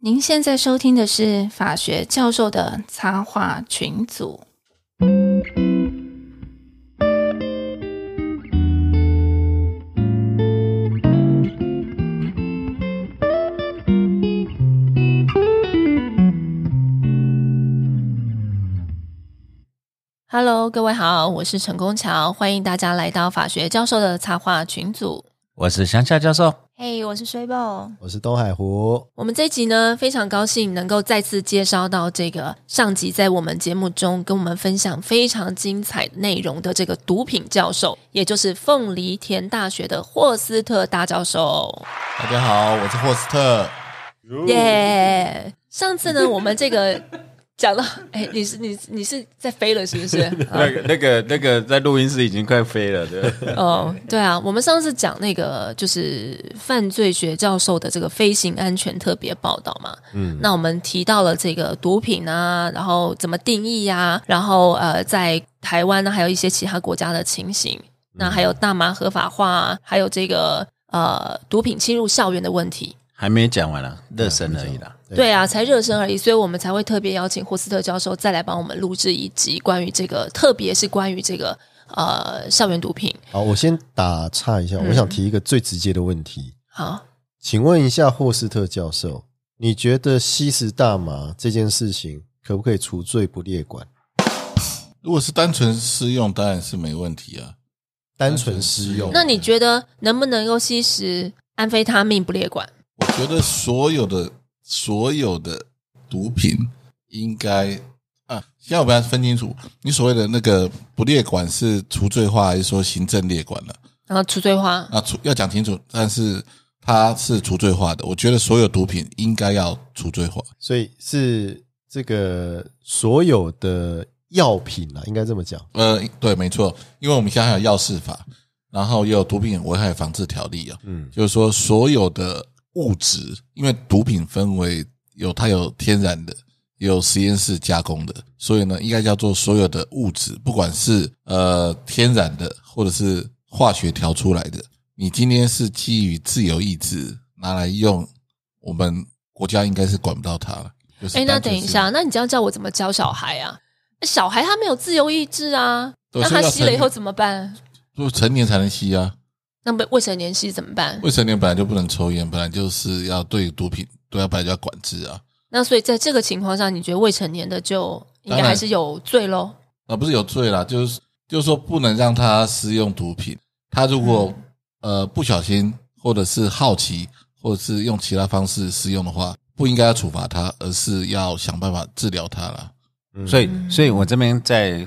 您现在收听的是法学教授的插画群组。Hello，各位好，我是陈功桥，欢迎大家来到法学教授的插画群组。我是乡下教授，嘿我是水宝，我是东海湖，我们这一集呢，非常高兴能够再次介绍到这个上集在我们节目中跟我们分享非常精彩内容的这个毒品教授，也就是凤梨田大学的霍斯特大教授。大家好，我是霍斯特。耶、上次呢，我们这个讲到，哎，你是你你是在飞了是不是？那个、那个、那个，在录音室已经快飞了，对吧哦，对啊，我们上次讲那个就是犯罪学教授的这个飞行安全特别报道嘛，嗯，那我们提到了这个毒品啊，然后怎么定义呀、然后呃，在台湾呢，啊还有一些其他国家的情形，那还有大麻合法化啊，还有这个呃毒品侵入校园的问题。 还没讲完啦，热身而已啦。对对啊，才热身而已，所以我们才会特别邀请霍斯特教授再来帮我们录制一集关于这个，特别是关于这个呃校园毒品。好，我先打岔一下，嗯我想提一个最直接的问题，好，请问一下霍斯特教授，你觉得吸食大麻这件事情可不可以除罪不列管？如果是单纯试用，当然是没问题啊。单纯使用，那你觉得能不能够吸食安非他命不列管？我觉得所有的所有的毒品应该啊，要不要分清楚？你所谓的那个不列管是除罪化，还是说行政列管了？然后除罪化，啊，除要讲清楚，但是它是除罪化的。我觉得所有毒品应该要除罪化。所以是这个所有的药品啊，应该这么讲，呃，对，没错，因为我们现在还有药事法，然后也有毒品危害防治条例啊、嗯就是说所有的物质，因为毒品分为有它有天然的，也有实验室加工的，所以呢，应该叫做所有的物质，不管是呃天然的或者是化学调出来的，你今天是基于自由意志拿来用，我们国家应该是管不到它了。就是哎，那单等纯一是下，那你这样叫我怎么教小孩啊？小孩他没有自由意志啊，对那所他以要吸了以成后怎么办？就成年才能吸啊。那被未成年吸怎么办？未成年本来就不能抽烟，本来就是要对毒品，对啊，本来就要管制啊。那所以在这个情况下，你觉得未成年的就应该当然还是有罪喽？啊，不是有罪啦，就是就是说不能让他私用毒品。他如果、嗯呃不小心，或者是好奇，或者是用其他方式私用的话，不应该要处罚他，而是要想办法治疗他啦。所以，嗯所以我这边再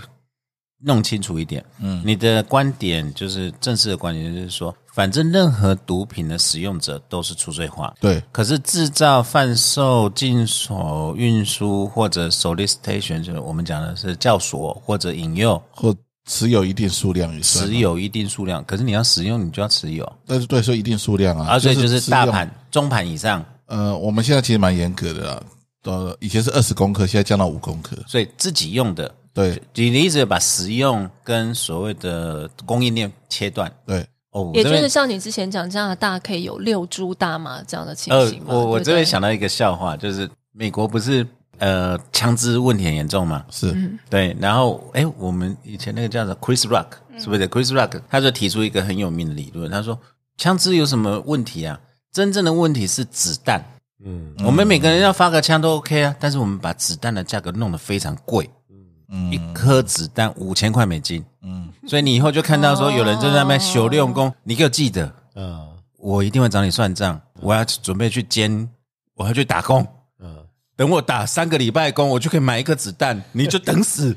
弄清楚一点，嗯你的观点就是正式的观点，就是说，反正任何毒品的使用者都是除罪化。对，可是制造、贩售、进口、运输或者 solicitation，就是我们讲的是教唆或者引诱，或持有一定数量也算。持，有一定数量。可是你要使用，你就要持有，但是对，说一定数量啊，啊，所以就是持大有盘、中盘以上。呃，我们现在其实蛮严格的啦，呃，以前是二十公克，现在降到五公克。所以自己用的，对你的意思把食用跟所谓的供应链切断对，哦。我也就这边是像你之前讲，加拿大可以有六株大麻这样的情呃形，嘛我我对不这边对想到一个笑话，就是美国不是呃枪支问题很严重嘛？是。对，然后哎，我们以前那个叫做 Chris Rock 嗯是不是？Chris Rock 他就提出一个很有名的理论，他说枪支有什么问题啊？真正的问题是子弹。嗯，我们每个人要发个枪都 OK 啊，但是我们把子弹的价格弄得非常贵，嗯一颗子弹五千块美金，嗯，所以你以后就看到说有人就在那边修六工，你给我记得，啊我一定会找你算账，我要准备去兼，我要去打工。啊，等我打三个礼拜工，我就可以买一颗子弹，你就等 死，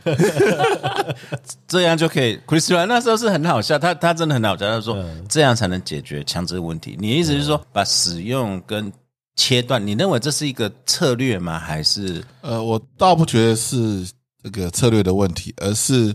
这样就可以。Chris Rock 那时候是很好笑，他他真的很好笑，他说、嗯这样才能解决枪支问题。你的意思是说、把使用跟切断，你认为这是一个策略吗？还是呃，我倒不觉得是这个策略的问题，而是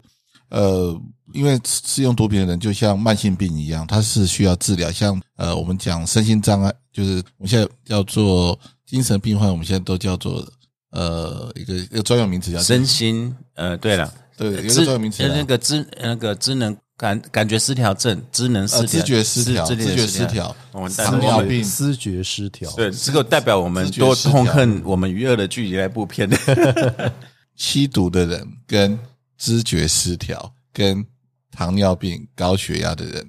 呃，因为使用毒品的人就像慢性病一样，他是需要治疗。像呃，我们讲身心障碍，就是我们现在叫做精神病患，我们现在都叫做呃一个一个专有名词叫身心？呃，对了，对，有一个知专有名词那啊个知那个知能感感觉失调症、知能失呃，调、知觉失调、知知觉失调、完蛋糖了尿病，思觉失调，对，这个代表我们知觉多失调痛恨我们娱乐的距离那部 片。吸毒的人跟知觉失调、跟糖尿病、高血压的人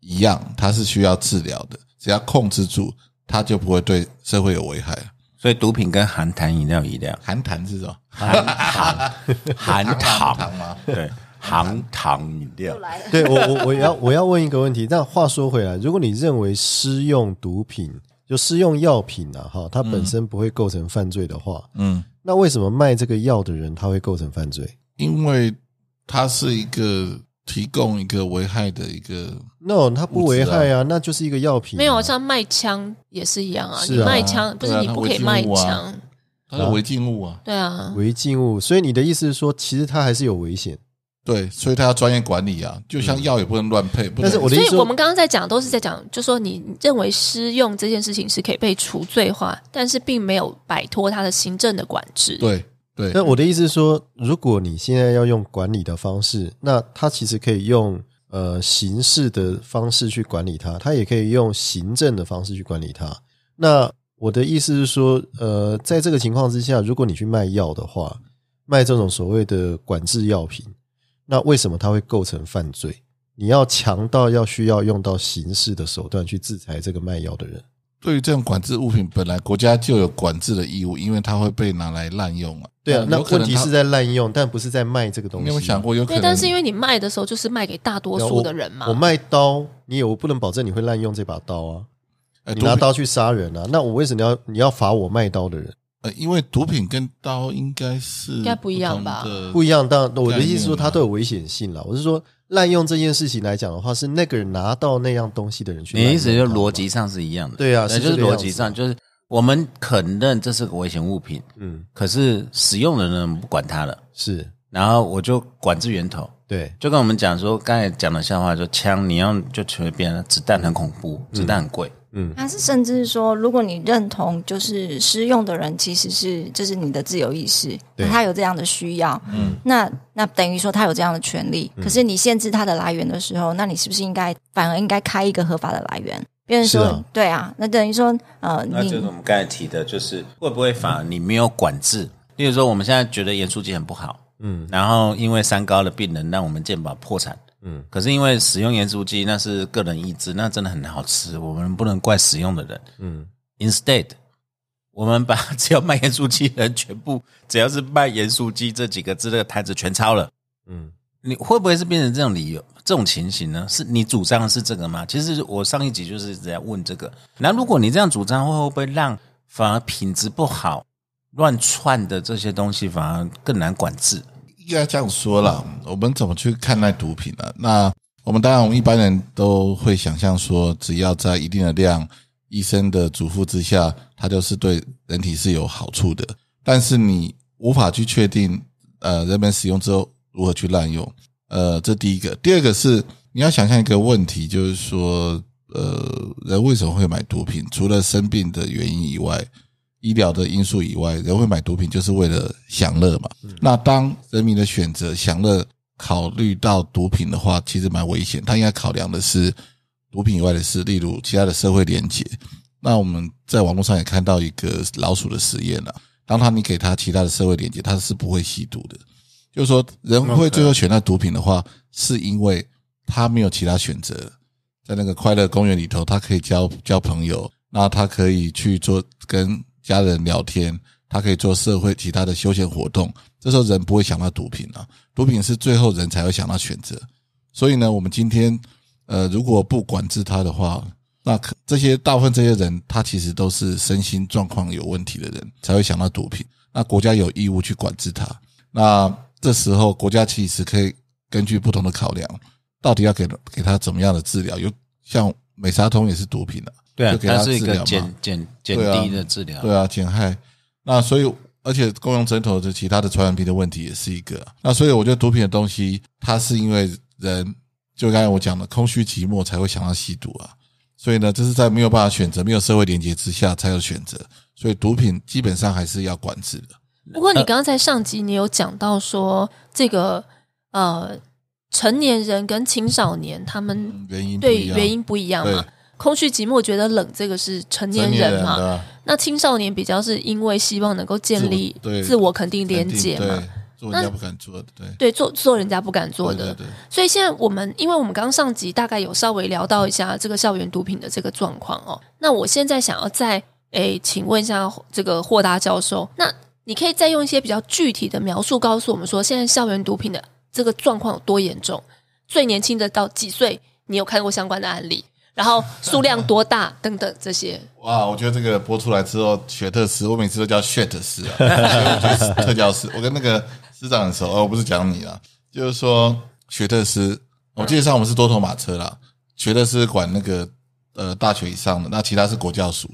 一样，他是需要治疗的。只要控制住，他就不会对社会有危害。所以毒品跟含糖饮料一样，含痰是什么？含糖、含糖，糖吗？对，含糖饮料。对我我我要我要问一个问题。但话说回来，如果你认为施用毒品就施用药品啊，哈，它本身不会构成犯罪的话，嗯，那为什么卖这个药的人他会构成犯罪因为它是一个提供一个危害的一个， ？No，他不危害啊，那就是一个药品、没有，啊像卖枪也是一样啊，是啊你卖枪不对是啊你不可以卖枪，它是违禁物啊。对啊，违禁物。所以你的意思是说，其实它还是有危险。对，所以它要专业管理啊，就像药也不能乱配。不能但是我的所意以思我说们刚刚在讲都是在讲，就说你认为施用这件事情是可以被除罪化，但是并没有摆脱它的行政的管制。对对那我的意思是说，如果你现在要用管理的方式，那它其实可以用呃刑事的方式去管理它，它也可以用行政的方式去管理它。那我的意思是说，呃，在这个情况之下，如果你去卖药的话，卖这种所谓的管制药品，那为什么它会构成犯罪？你要强到要需要用到刑事的手段去制裁这个卖药的人，对于这种管制物品，本来国家就有管制的义务，因为它会被拿来滥用啊。对啊，那有可问能题它啊是在滥用，但不是在卖这个东你西。啊有没有想过，有可对，能？但是因为你卖的时候就是卖给大多数的人嘛我。，卖刀，你也我不能保证你会滥用这把刀啊，呃你毒拿品刀去杀人啊，那我为什么要你要罚我卖刀的人？呃，因为毒品跟刀应该是应该不一样吧不一一样，当然我的意思是说概念啊它都有危险性啦。我是说滥用这件事情来讲的话，是那个人拿到那样东西的人去滥你用它嘛。意思就逻辑上是一样的，对啊是就是这个逻样子辑上就是我们肯认这是个危险物品，嗯，可是使用的人不管它了，是然后我就管制源头。对，就跟我们讲说，刚才讲的笑话，就枪你要就随便了，子弹很恐怖，嗯子弹很贵，他是甚至说，如果你认同就是施用的人其实是就是你的自由意识，对他有这样的需要，嗯，那那等于说他有这样的权利。嗯可是你限制他的来源的时候，那你是不是应该反而应该开一个合法的来源？别人说、是啊对啊，那等于说呃，那就是你我们刚才提的，就是会不会反而你没有管制？例如说，我们现在觉得盐酥鸡很不好，嗯，然后因为三高的病人让我们健保破产，嗯，可是因为使用盐酥鸡那是个人意志，那真的很好吃，我们不能怪使用的人，嗯， Instead，我们把 只要卖盐酥鸡的人全部，只要是卖盐酥鸡这几个字的摊子全抄了。嗯，你会不会是变成这种理由、这种情形呢？是你主张的是这个吗？其实我上一集就是在问这个。那如果你这样主张，会不会让反而品质不好、乱窜的这些东西反而更难管制？应该这样说啦，我们怎么去看待毒品呢、那我们当然，我们一般人都会想象说，只要在一定的量、医生的嘱咐之下，它就是对人体是有好处的。但是你无法去确定，呃，人们使用之后如何去滥用。呃，这第一个。第二个是你要想象一个问题，就是说，呃，人为什么会买毒品？除了生病的原因以外，医疗的因素以外，人会买毒品就是为了享乐嘛。那当人民的选择享乐考虑到毒品的话，其实蛮危险。他应该考量的是毒品以外的事，例如其他的社会连结。那我们在网络上也看到一个老鼠的实验了、当他你给他其他的社会连接，他是不会吸毒的。就是说，人会最后选到毒品的话，是因为他没有其他选择。在那个快乐公园里头，他可以交交朋友，那他可以去做跟家人聊天，他可以做社会其他的休闲活动。这时候人不会想到毒品啊，毒品是最后人才会想到选择。所以呢，我们今天呃，如果不管制他的话，那可这些大部分这些人，他其实都是身心状况有问题的人，才会想到毒品。那国家有义务去管制他。那这时候国家其实可以根据不同的考量，到底要给给他怎么样的治疗？有像美沙酮也是毒品啊，对就啊，给它他是一治疗个嘛减减减对啊低的治疗。对啊，减害。那所以，而且共用针头的其他的传染病的问题也是一个。那所以，我觉得毒品的东西，它是因为人就刚才我讲的空虚寂寞才会想要吸毒啊。所以呢，这是在没有办法选择、没有社会连接之下才有选择。所以，毒品基本上还是要管制的。不过你刚刚在上集你有讲到说这个呃成年人跟青少年他们原因嗯不对一样原因不一样嘛对。空虚寂寞觉得冷，这个是成年成年人人啊嘛？对吧那青少年比较是因为希望能够建立自我对自我肯定连肯定接嘛，对，做人家不敢做的，对，对，做做人家不敢做对的对。对，所以现在我们，因为我们刚上集大概有稍微聊到一下这个校园毒品的这个状况哦。那我现在想要再诶，请问一下这个霍达教授，那你可以再用一些比较具体的描述告诉我们说，现在校园毒品的这个状况有多严重？最年轻的到几岁？你有看过相关的案例？然后数量多大等等这些？哇，我觉得这个播出来之后，雪特斯，我每次都叫雪特斯啊，所以我觉得是特教师。我跟那个师长很熟，哦，我不是讲你啦，就是说雪特斯，我记得上我们是多头马车啦，雪特斯管那个呃大学以上的，那其他是国教署。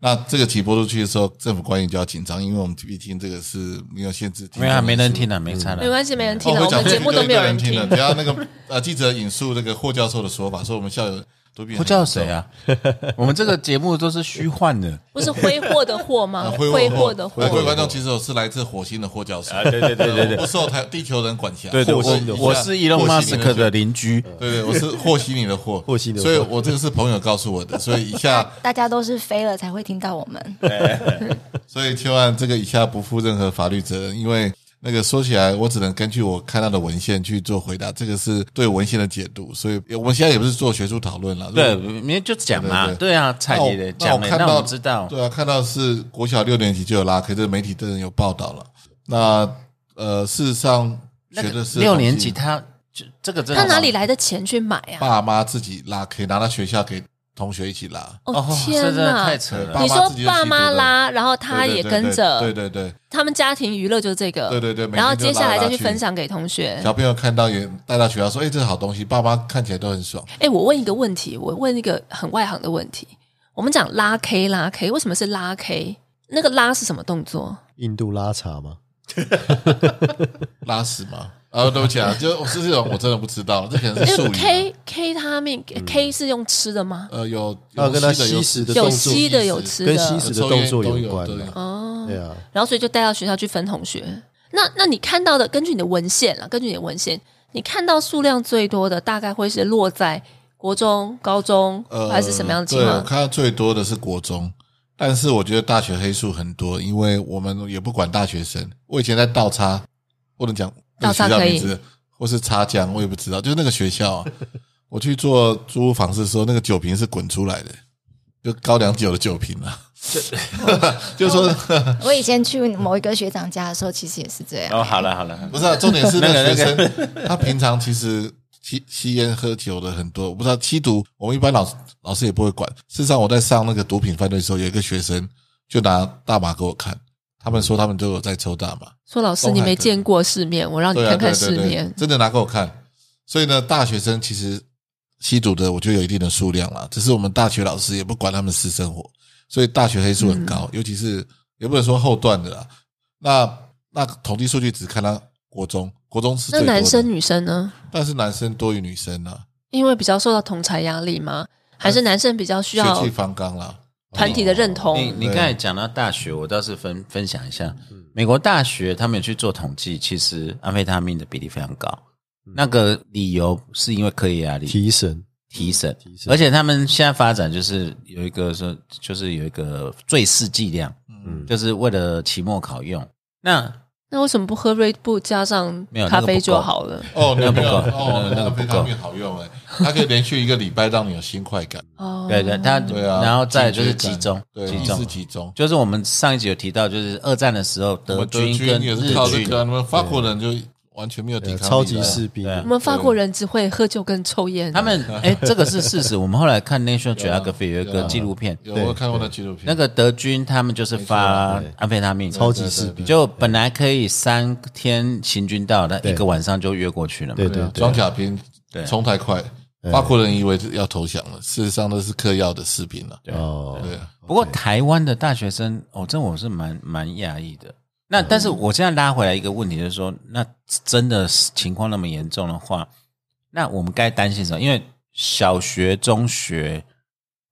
那这个题播出去的时候，政府官员就要紧张，因为我们毕竟这个是没有限制，没有啊，没人听的。了，没差了没。关系，没人听哦了，会我讲们出去节目都就没有一堆人听听 了。。只要那个呃记者引述这个霍教授的说法，说我们校友都变不叫谁啊？嗯我们这个节目都是虚幻的。不是挥霍的霍啊吗？挥呃啊挥霍的哎各位观众，其实我是来自火星的霍教授，啊对对对对对我不受台地球人管辖。对对，我霍是星我是 Elon 霍星 Musk 的人邻居，对对，我是霍西尼 的霍，霍西尼的霍所以我这个是朋友告诉我的，所以以下，大家都是飞了才会听到我们。所以千万这个以下不负任何法律责任，因为。那个说起来，我只能根据我看到的文献去做回答，这个是对文献的解读，所以我们现在也不是做学术讨论了。如果对，你就讲嘛，对对对啊，菜那我也得那我讲欸，看让到我们知道。对啊，看到是国小六年级就有拉可是媒体真的有报道了。那呃，事实上那学个的是六年级，他就这个真的他哪里来的钱去买啊？爸妈自己拉，可以拿到学校给同学一起拉。哦哦，这天真的哪！太扯了爸。你妈说自己就爸吸毒妈的拉，然后他对也对对跟对着，对对对，他们家庭娱乐就是这个，对对对每然后天就接下来拉来再拉去去分享给同学。小朋友看到也带到学校说：“哎，这是好东西。”爸妈看起来都很爽。哎，我问一个问题，我问一个很外行的问题。我们讲拉 K 拉 K，为什么是拉 K？那个拉是什么动作？印度拉茶嘛，拉屎吗？啊，对不起啊，就我是这种我真的不知道，这可能是因术为语。啊嗯 K K 他命 K 是用吃的吗？呃，有还有跟他吸食食的有动吸作，的，有吃跟吸的食的抽动烟作都有有关都有的，哦。对啊，然后所以就带到学校去分同学。那那你看到的，根据你的文献啊，根据你的文献，你看到数量最多的大概会是落在国中、高中，呃，还是什么样的情对，我况？看到最多的是国中，但是我觉得大学黑数很多，因为我们也不管大学生。我以前在倒插，不能讲倒那个插学校可以名字，或是插江，我也不知道，就是那个学校、 啊，我去做租屋房事的时候，那个酒瓶是滚出来的，就高粱酒的酒瓶啊， 就就说啊 我以前去某一个学长家的时候，其实也是这样。哦，好了好了，不是、啊，重点是那那个个学生，他平常其实吸吸烟喝酒的很多，我不知道吸毒，我们一般老师老师也不会管。事实上，我在上那个毒品犯罪的时候，有一个学生就拿大麻给我看，他们说他们都有在抽大麻，说老师你没见过世面，我哦让你对啊，看看对世对面对，。真的拿给我看。所以呢，大学生其实吸毒的，我觉得有一定的数量啦。只是我们大学老师也不管他们私生活，所以大学黑数很高，嗯尤其是也不能说后段的啦。那那统计数据只看到国中，国中是最那多的男生女生呢？但是男生多于女生啊啦，因为比较受到同才压力吗？呃还是男生比较需血要气方刚啦。团体的认哦你同？你刚才讲到大学，我倒是分分享一下，美国大学他们有去做统计，其实安非他命的比例非常高。嗯那个理由是因为课业压力提神，提升，升而且他们现在发展就是有一个说，就是有一个最适剂量，嗯，就是为了期末考用。那那为什么不喝 Red Bull 加上没有咖那个啡不就够好了？哦， 那你个不没有够那哦，那个个不非够常命好用哎，它可以连续一个礼拜让你有新快感。哦，对对，他对啊，嗯然后再就是集警觉感中，对，啊集意中识，集中。就是我们上一集有提到，就是二战的时候，我德们德军跟也日是靠这军个啊，你们法国人就完全没有抵呃抗力的啊超级士兵对啊我们法国人只会喝酒跟抽烟。他们哎，这个是事实。我们后来看 National 有啊 Geography 有一 有个啊纪录片，有我有看过那纪录片，那个德军他们就是发没错对安非他命，超级士士兵兵，就本来可以三天行军到，那对一个晚上就越过去了嘛。对对对啊对，装甲兵对冲太快，法国人以为要投降了，事实上那是嗑药的士兵了。哦，对啊，不过台湾的大学生，哦，这我是蛮蛮讶异的。那嗯但是我现在拉回来一个问题，就是说，那真的是情况那么严重的话，那我们该担心什么？因为小学、中学，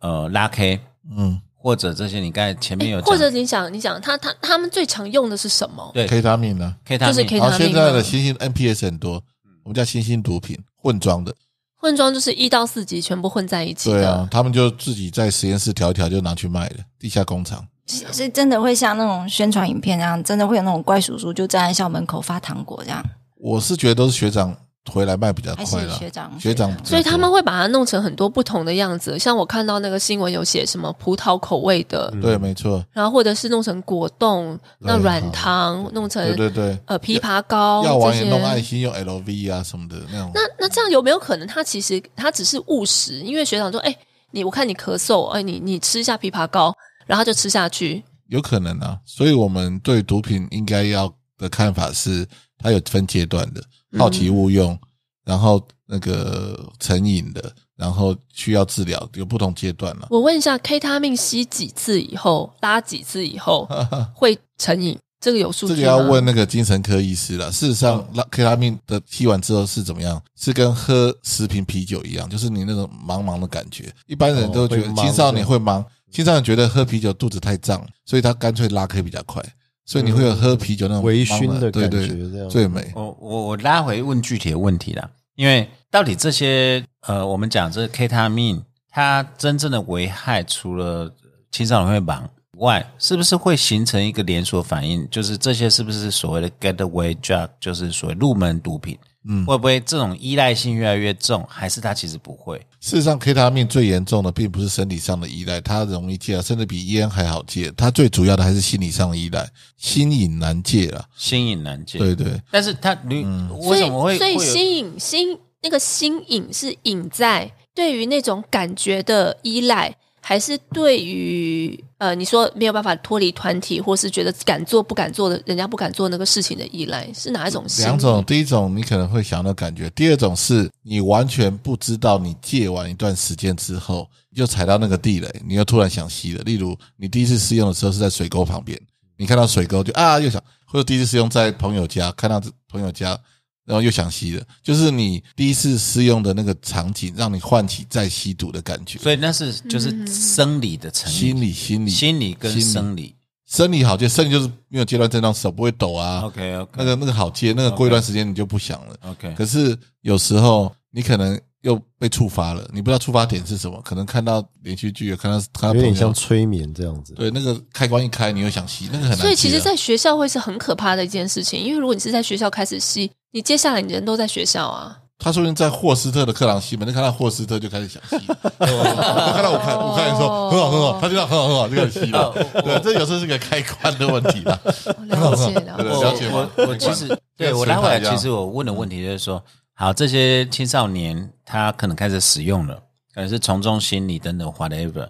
呃，拉 K 嗯，或者这些，你刚才前面有讲，或者你想，你想他他他们最常用的是什么？对，K 他命呢？啊 K 他就是 K 命哦他命啊然后现在的新型 NPS 很多，我们叫新兴毒品混装的，混装就是一到四级全部混在一起对的，啊，他们就自己在实验室调一调就拿去卖了，地下工厂。是是真的会像那种宣传影片那样，真的会有那种怪叔叔就站在校门口发糖果这样，我是觉得都是学长回来卖比较还快是了，学长学长所以他们会把它弄成很多不同的样子，像我看到那个新闻有写什么葡萄口味的，对，没错，然后或者是弄成果冻、那软糖，弄成哎对对对，呃枇杷膏药这丸些也。弄爱心，用 LV 啊什么的那种。那那这样有没有可能，他其实他只是务实？因为学长说，哎、你我看你咳嗽，哎、你你吃一下枇杷膏，然后就吃下去。有可能啊，所以我们对毒品应该要的看法是，它有分阶段的，嗯好奇误用，然后那个成瘾的，然后需要治疗，有不同阶段了、我问一下，K 他命吸几次以后，拉几次以 后会成瘾？这个有数据这吗？个要问那个精神科医师了。事实上，拉 K 他命的吸完之后是怎么样？是跟喝十瓶啤酒一样，就是你那种茫茫的感觉。一般人都觉得哦会茫青少年会茫，青少年觉得喝啤酒肚子太胀，所以他干脆拉 K 比较快，所以你会有喝啤酒那种嗯微茫醺的对感觉，对，这样最美。我我我拉回问具体的问题啦，因为到底这些呃，我们讲这 K 他命，它真正的危害，除了青少年会忙外，是不是会形成一个连锁反应？就是这些是不是所谓的 getaway drug，就是所谓入门毒品？嗯，会不会这种依赖性越来越重，还是它其实不会？事实上，K 他命最严重的并不是生理上的依赖，它容易戒啊，甚至比烟还好戒。它最主要的还是心理上的依赖，心瘾难戒啊。新颖难戒，对嗯对，但是它你、所为以什么会所以会有新颖新那个新颖是隐在对于那种感觉的依赖，还是对于呃你说没有办法脱离团体，或是觉得敢做不敢做的人家不敢做那个事情的依赖，是哪一种新颖？两种，第一种你可能会想到感觉，第二种是你完全不知道，你戒完一段时间之后，又踩到那个地雷，你又突然想吸了。例如，你第一次试用的时候是在水沟旁边，你看到水沟就啊又想，或者第一次试用在朋友家，看到朋友家。然后又想吸了，就是你第一次试用的那个场景，让你唤起再吸毒的感觉。所以那是嗯就是生理的成因心理、心理、心理跟心理生理。生理好戒，生理就是没有阶段症状，手不会抖啊。 OK OK，那个那个好戒，那个过一段时间你就不想了。 OK，可是有时候你可能又被触发了，你不知道触发点是什么，可能看到连续剧，看到看有到点朋像友，催眠这样子。对那个开关一开，你又想吸，那个很难戒啊。所以其实，在学校会是很可怕的一件事情，因为如果你是在学校开始吸，你接下来你人都在学校啊。他说不定在霍斯特的课堂吸，门，正看到霍斯特就开始想吸。 我看到我看我看你哦说很好很好，他就要很好很好就开始吸哦了。对，这有时候是个开关的问题 啦。 了解了对解。了解吗我我我其实对我拉回来，跟水塔一样其实我问的问题就是说，好，这些青少年他可能开始使用了，可能是从众心理等等 whatever。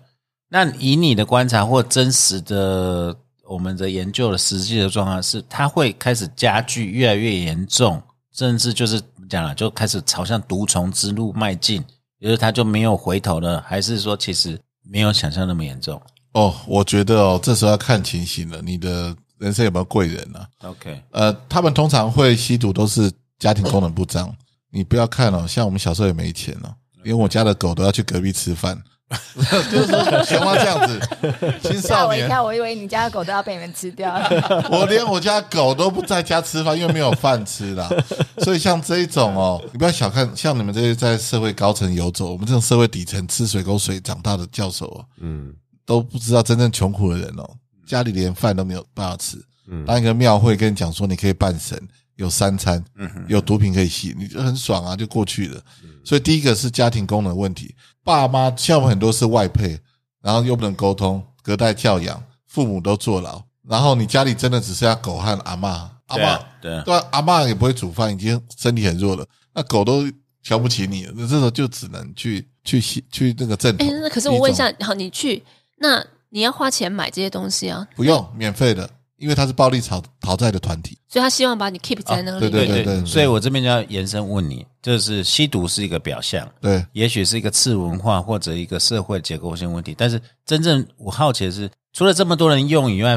那以你的观察或真实的我们的研究的实际的状况是，他会开始加剧，越来越严重，甚至就是怎么讲了，啊就开始朝向毒虫之路迈进，也就是他就没有回头了，还是说其实没有想象那么严重哦，我觉得哦，这时候要看情形了，你的人生有没有贵人啊？ ？OK，呃，他们通常会吸毒都是家庭功能不彰。你不要看哦，像我们小时候也没钱哦，嗯连我家的狗都要去隔壁吃 饭，就是说熊猫这样子，青吓少我一年，跳，我以为你家的狗都要被你们吃掉了。我连我家狗都不在家吃饭，因为没有饭吃啦。所以像这一种哦，你不要小看，像你们这些在社会高层游走，我们这种社会底层吃水沟水长大的教授哦，嗯都不知道真正穷苦的人嗯哦，家里连饭都没有办法吃。嗯，当一个庙会跟你讲说你可以办神，有三餐，嗯有毒品可以吸，你就很爽啊，就过去了。所以第一个是家庭功能问题，爸妈像我们很多是外配，然后又不能沟通，隔代教养，父母都坐牢，然后你家里真的只剩下狗和阿嬷，阿对嬷啊，对啊，对啊，阿嬷也不会煮饭，已经身体很弱了，那狗都瞧不起你了，那这时候就只能去去吸去那个正哎统。，那可是我问一下，好，你去那你要花钱买这些东西啊，不用免费的，因为它是暴力讨讨债的团体。所以他希望把你 keep 在那里。啊对对对对所以我这边就要延伸问你，就是吸毒是一个表象，对，也许是一个次文化或者一个社会结构性问题，但是真正我好奇的是，除了这么多人用以外，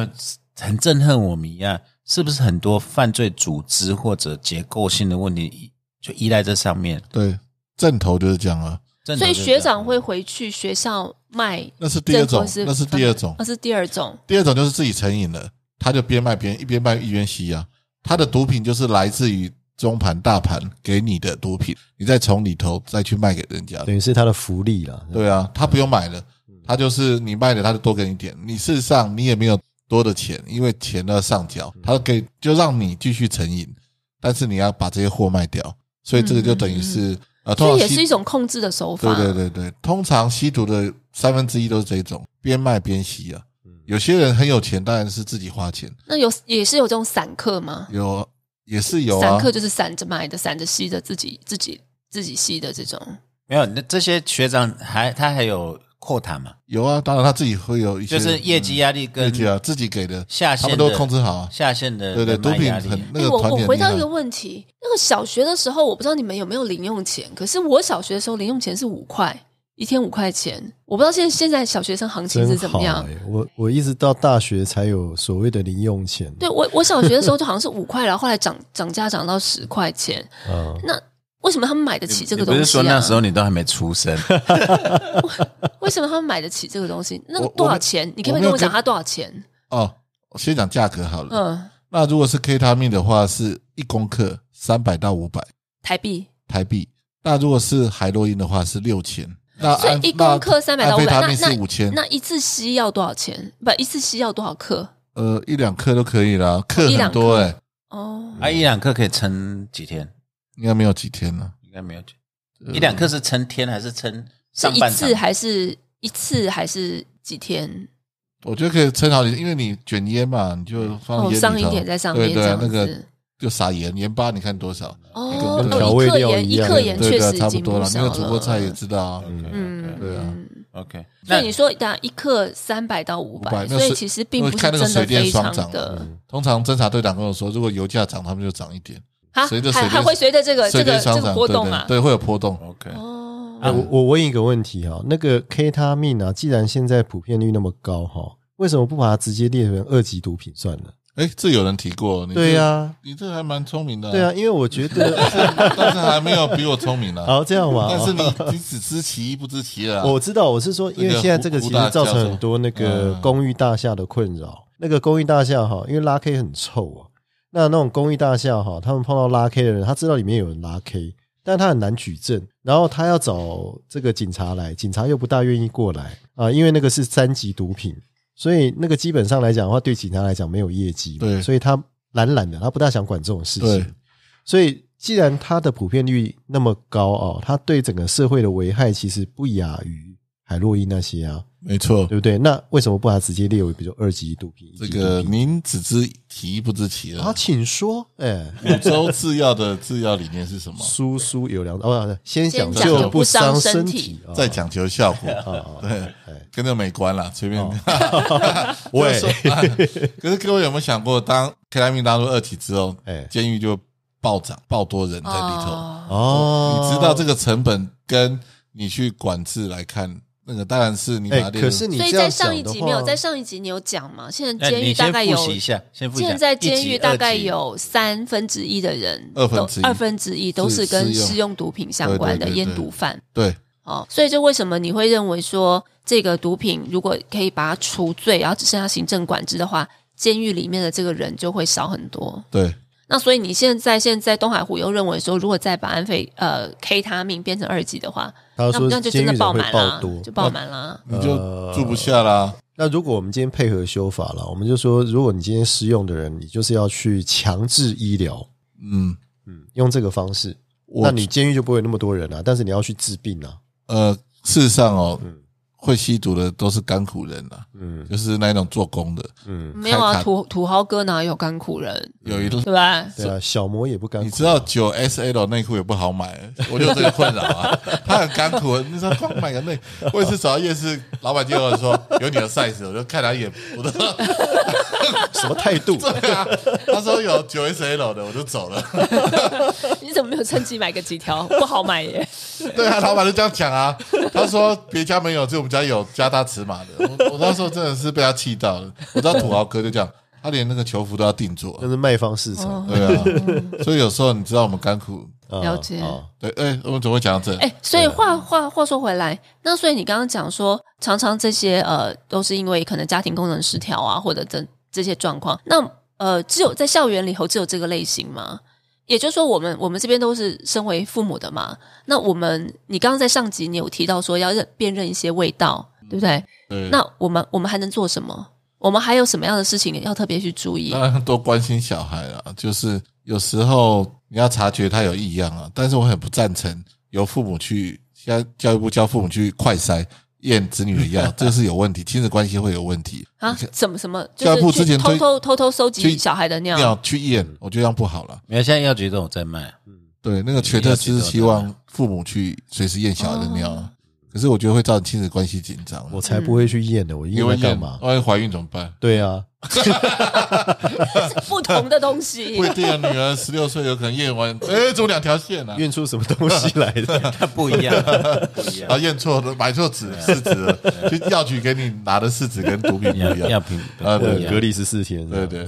很憎恨我们一样，是不是很多犯罪组织或者结构性的问题就依赖这上面？对，正头就是这样啊。正所常以就是学长会回去学校卖那是第二种正宗，那是第二种那，是第二种。第二种就是自己成瘾了，他就边卖边一边卖一边吸啊。他的毒品就是来自于中盘、大盘给你的毒品，你再从里头再去卖给人家。等于是它的福利啦。对啊，他不用买了，嗯他就是你卖了，他就多给你点。你事实上你也没有多的钱，因为钱要上嗯缴，他给就让你继续成瘾，但是你要把这些货卖掉，所以这个就等于是呃，嗯通所常以也吸是一种控制的手法。对对对对，通常吸毒的三分之一都是这一种，边卖边吸啊。嗯有些人很有钱，当然是自己花钱，那有也是有这种散客吗？有也是有散啊客。就是散着买的、散着吸的，自己自己自己吸的这种。没有，那这些学长还他还有扩谈嘛，有啊，当然他自己会有一些，就是业绩压力对跟对啊，自己给的，下他线们的都控制好啊。下线的对对，人毒脉品压力很那哎个我团啊体我很回厉到一个害。问题，那个小学的时候，我不知道你们有没有零用钱，可是我小学的时候零用钱是五块，一天五块钱。我不知道现在现在小学生行情是真怎好么哎、样。我我一直到大学才有所谓的零用钱。对我，我小学的时候就好像是五块，然后后来涨涨价涨到十块钱。嗯啊，那为什么他们买得起这个你东不西、啊？是说那时候你都还没出生？为什么他们买得起这个东西？那个我多少钱？你可不可我以没跟有我讲跟它多少钱？哦，我先讲价格好了。嗯，那如果是 K 他命的话，是一公克三百到五百台币。台币。那如果是海洛因的话，是六千。啊那所以安一公克三百到安五非百，他那命那是五千，那一次吸要多少钱？不，一次吸要多少克？呃，一两克都可以啦，克一两很多克哎、哦， 啊，一两克可以撑几天？应该没有几天了。应该没有几。一两克是撑天还是撑是上一半场次？还是一次还是几天？我觉得可以撑好你，因为你卷烟嘛，你就放哦，烟上里一头，点在上面对这对啊样，那个子。就撒盐，盐巴你看多少？哦，跟调哦味一克料盐一样克盐对确对啊，实差已不经多不了。少那了。个主播菜也知道啊，嗯，对啊嗯 OK，所那以你说打一克三百到五500百，那所以是其实并我不是看那个真的水电非双常涨的通常侦查队长跟我说，如果油价涨，他们就涨一点，啊随着，水还电还会随着这个这随个着这上个涨，波对动啊对，对，会有波动。 OK，哦，哎、我我问一个问题哈，那个 K 他命啊，既然现在普遍率那么高哈，为什么不把它直接列成二级毒品算了？哎，这有人提过，你这对呀，你这还蛮聪明的，对啊，，因为我觉得， 但是还没有比我聪明呢。好这样哦嘛，但是你你只知其一不知其二啊。我知道，我是说，因为现在这个其实造成很多那嗯个公寓大厦的困扰。那个公寓大厦哈，因为拉 K 很臭啊。那那种公寓大厦哈，他们碰到拉 K 的人，他知道里面有人拉 K，但他很难举证。然后他要找这个警察来，警察又不大愿意过来啊，因为那个是三级毒品，所以那个基本上来讲的话，对警察来讲没有业绩嘛，对所以他懒懒的，他不大想管这种事情对。所以，既然它的普遍率那么高哦，它对整个社会的危害其实不亚于海洛因那些啊，没错，对不对？那为什么不把它直接列为比如说二级毒品？这一级毒个您只知其一不知其品啊，二。请说，哎，五洲制药的制药理念是什么？叔叔有良哦，不先先讲讲究究不不伤身身体，啊再讲求效果，啊，对哎，跟这没关啦，随便。哦 喂就是说啊 可是各位有没有想过，当 K 拉命纳入二级之后哎，监狱就暴涨，暴多人在里头。哦，哦，你知道这个成本跟你去管制来看，那个当然是你把它哎，列可入是你所以这在样上一讲的集话没有，在上一集你有讲嘛？现在那哎监你狱大先概复有，习一下，先复习一下。现在一级监狱大概二级有三分之一的人，二分都之一二分之一都是跟是使用毒品相关的对对对烟对毒贩对哦。所以就为什么你会认为说这个毒品如果可以把它除罪，然后只剩下行政管制的话，监狱里面的这个人就会少很多。对那所以你现在现在东海湖又认为说，如果再把安非呃 K 他命变成二级的话，他那说那就真监狱的人会满爆啦多，，就爆满啦。你就呃住不下啦。那如果我们今天配合修法了，我们就说，如果你今天适用的人，你就是要去强制医疗，嗯，嗯，用这个方式，我那你监狱就不会有那么多人啊，但是你要去治病啊，呃，事实上哦，会吸毒的都是甘苦人啦，嗯就是那一种做工的，嗯，没有啊，开卡土土豪哥哪有甘苦人，有一对吧？ 对啊，小魔也不甘苦啊，你知道九 S L 内裤也不好买，我就有这个困扰 啊。他很干苦，你说光买个内，我也是走到夜市，老板就跟我说有你的 size，我就看他一眼，我都 什么态 度？对啊。他说有九 S L 的，我就走了。你怎么没有趁机买个几条？不好买耶。 对啊，老板就这样讲啊。他说别家没有，就我们家有加大尺码的。我我那时候真的是被他气到了。我知道土豪哥就这样，他连那个球服都要定做那。是卖方市场，对啊，所以有时候你知道我们干苦，啊哦了解啊对，哎、我们怎么会讲到这？哎、所啊以话话话说回来，那所以你刚刚讲说，常常这些呃，都是因为可能家庭功能失调啊，或者这这些状况。那呃，只有在校园里头只有这个类型吗？也就是说，我们我们这边都是身为父母的嘛。那我们，你刚刚在上集你有提到说要认辨认一些味道，对不对？对，那我们我们还能做什么？我们还有什么样的事情要特别去注意？啊当然多关心小孩啦，就是有时候你要察觉他有异样啊，但是我很不赞成由父母去现在教育部教父母去快筛验子女的 药，这是有问题，亲子关系会有问题。啊，怎么什么？教育部就是之前去偷推偷偷偷收集去小孩的尿，要去验，我觉得这样不好了。你看现在药局都有在卖，对，那个权特就是希望父母去随时验小孩的尿哦啊，可是我觉得会造成亲子关系紧张。我才不会去验呢，我验来干嘛？万一怀孕怎么办？对啊，是不同的东 西不。一定啊，女儿十六岁有可能验完， 哎，怎么两条线 啊？验出什么东西来 的？它 不一样，不一啊，样，验错了，买错纸试纸 了，就药局给你拿的试纸跟毒品不药 一药样。品不啊一对对，隔样。离十四天。对，对，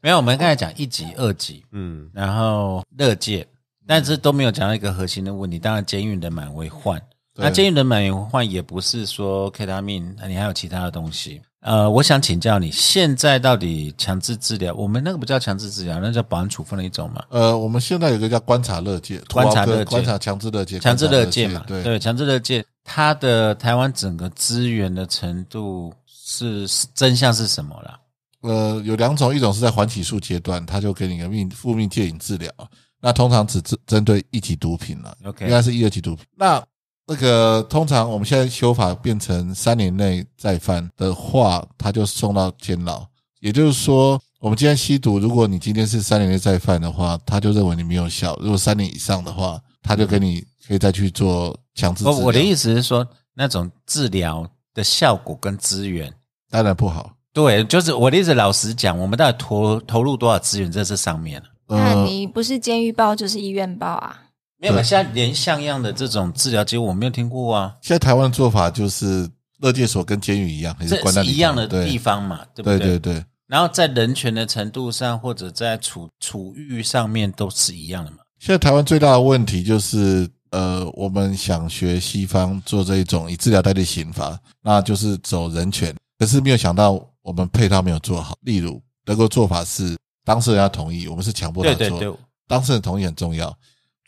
没有，我们刚才讲一级、二级，嗯，然后乐界，但是都没有讲到一个核心的问题。当然，监狱人满为患，对那监狱人满为患也不是说 K 他命，你还有其他的东西。呃，我想请教你，现在到底强制治疗，我们那个不叫强制治疗，那叫保安处分的一种嘛？呃，我们现在有个叫观察乐界，观察土豪乐哥界观察强制乐界，强制观察乐界嘛，对，强制乐界，它的台湾整个资源的程度是是真相是什么啦？呃，有两种，一种是在缓起诉阶段，他就给你个命负命戒瘾治疗，那通常只针针对一级毒品了 OK 应该是一二级毒品。那那个通常我们现在修法变成三年内再犯的话，他就送到监牢。也就是说，我们今天吸毒，如果你今天是三年内再犯的话，他就认为你没有效；如果三年以上的话，他就给你可以再去做强制治我嗯疗。哦我的意思思是说，那种治疗的效果跟资源，当然不好。对，就是我的意思。老实讲，我们到底投投入多少资源在这上面？那呃，你不是监狱报就是医院报啊？没有，对现在连像样的这种治疗结果我没有听过啊，现在台湾的做法就是乐界所跟监狱一样，还这是关在是里一样的头对地方嘛，对不对对对，然后在人权的程度上，或者在处处遇上面都是一样的嘛。现在台湾最大的问题就是，呃，我们想学西方做这一种以治疗代替刑罚，那就是走人权，可是没有想到我们配套没有做好。例如，德国做法是当事人要同意，我们是强迫他对做，对对，当事人同意很重要。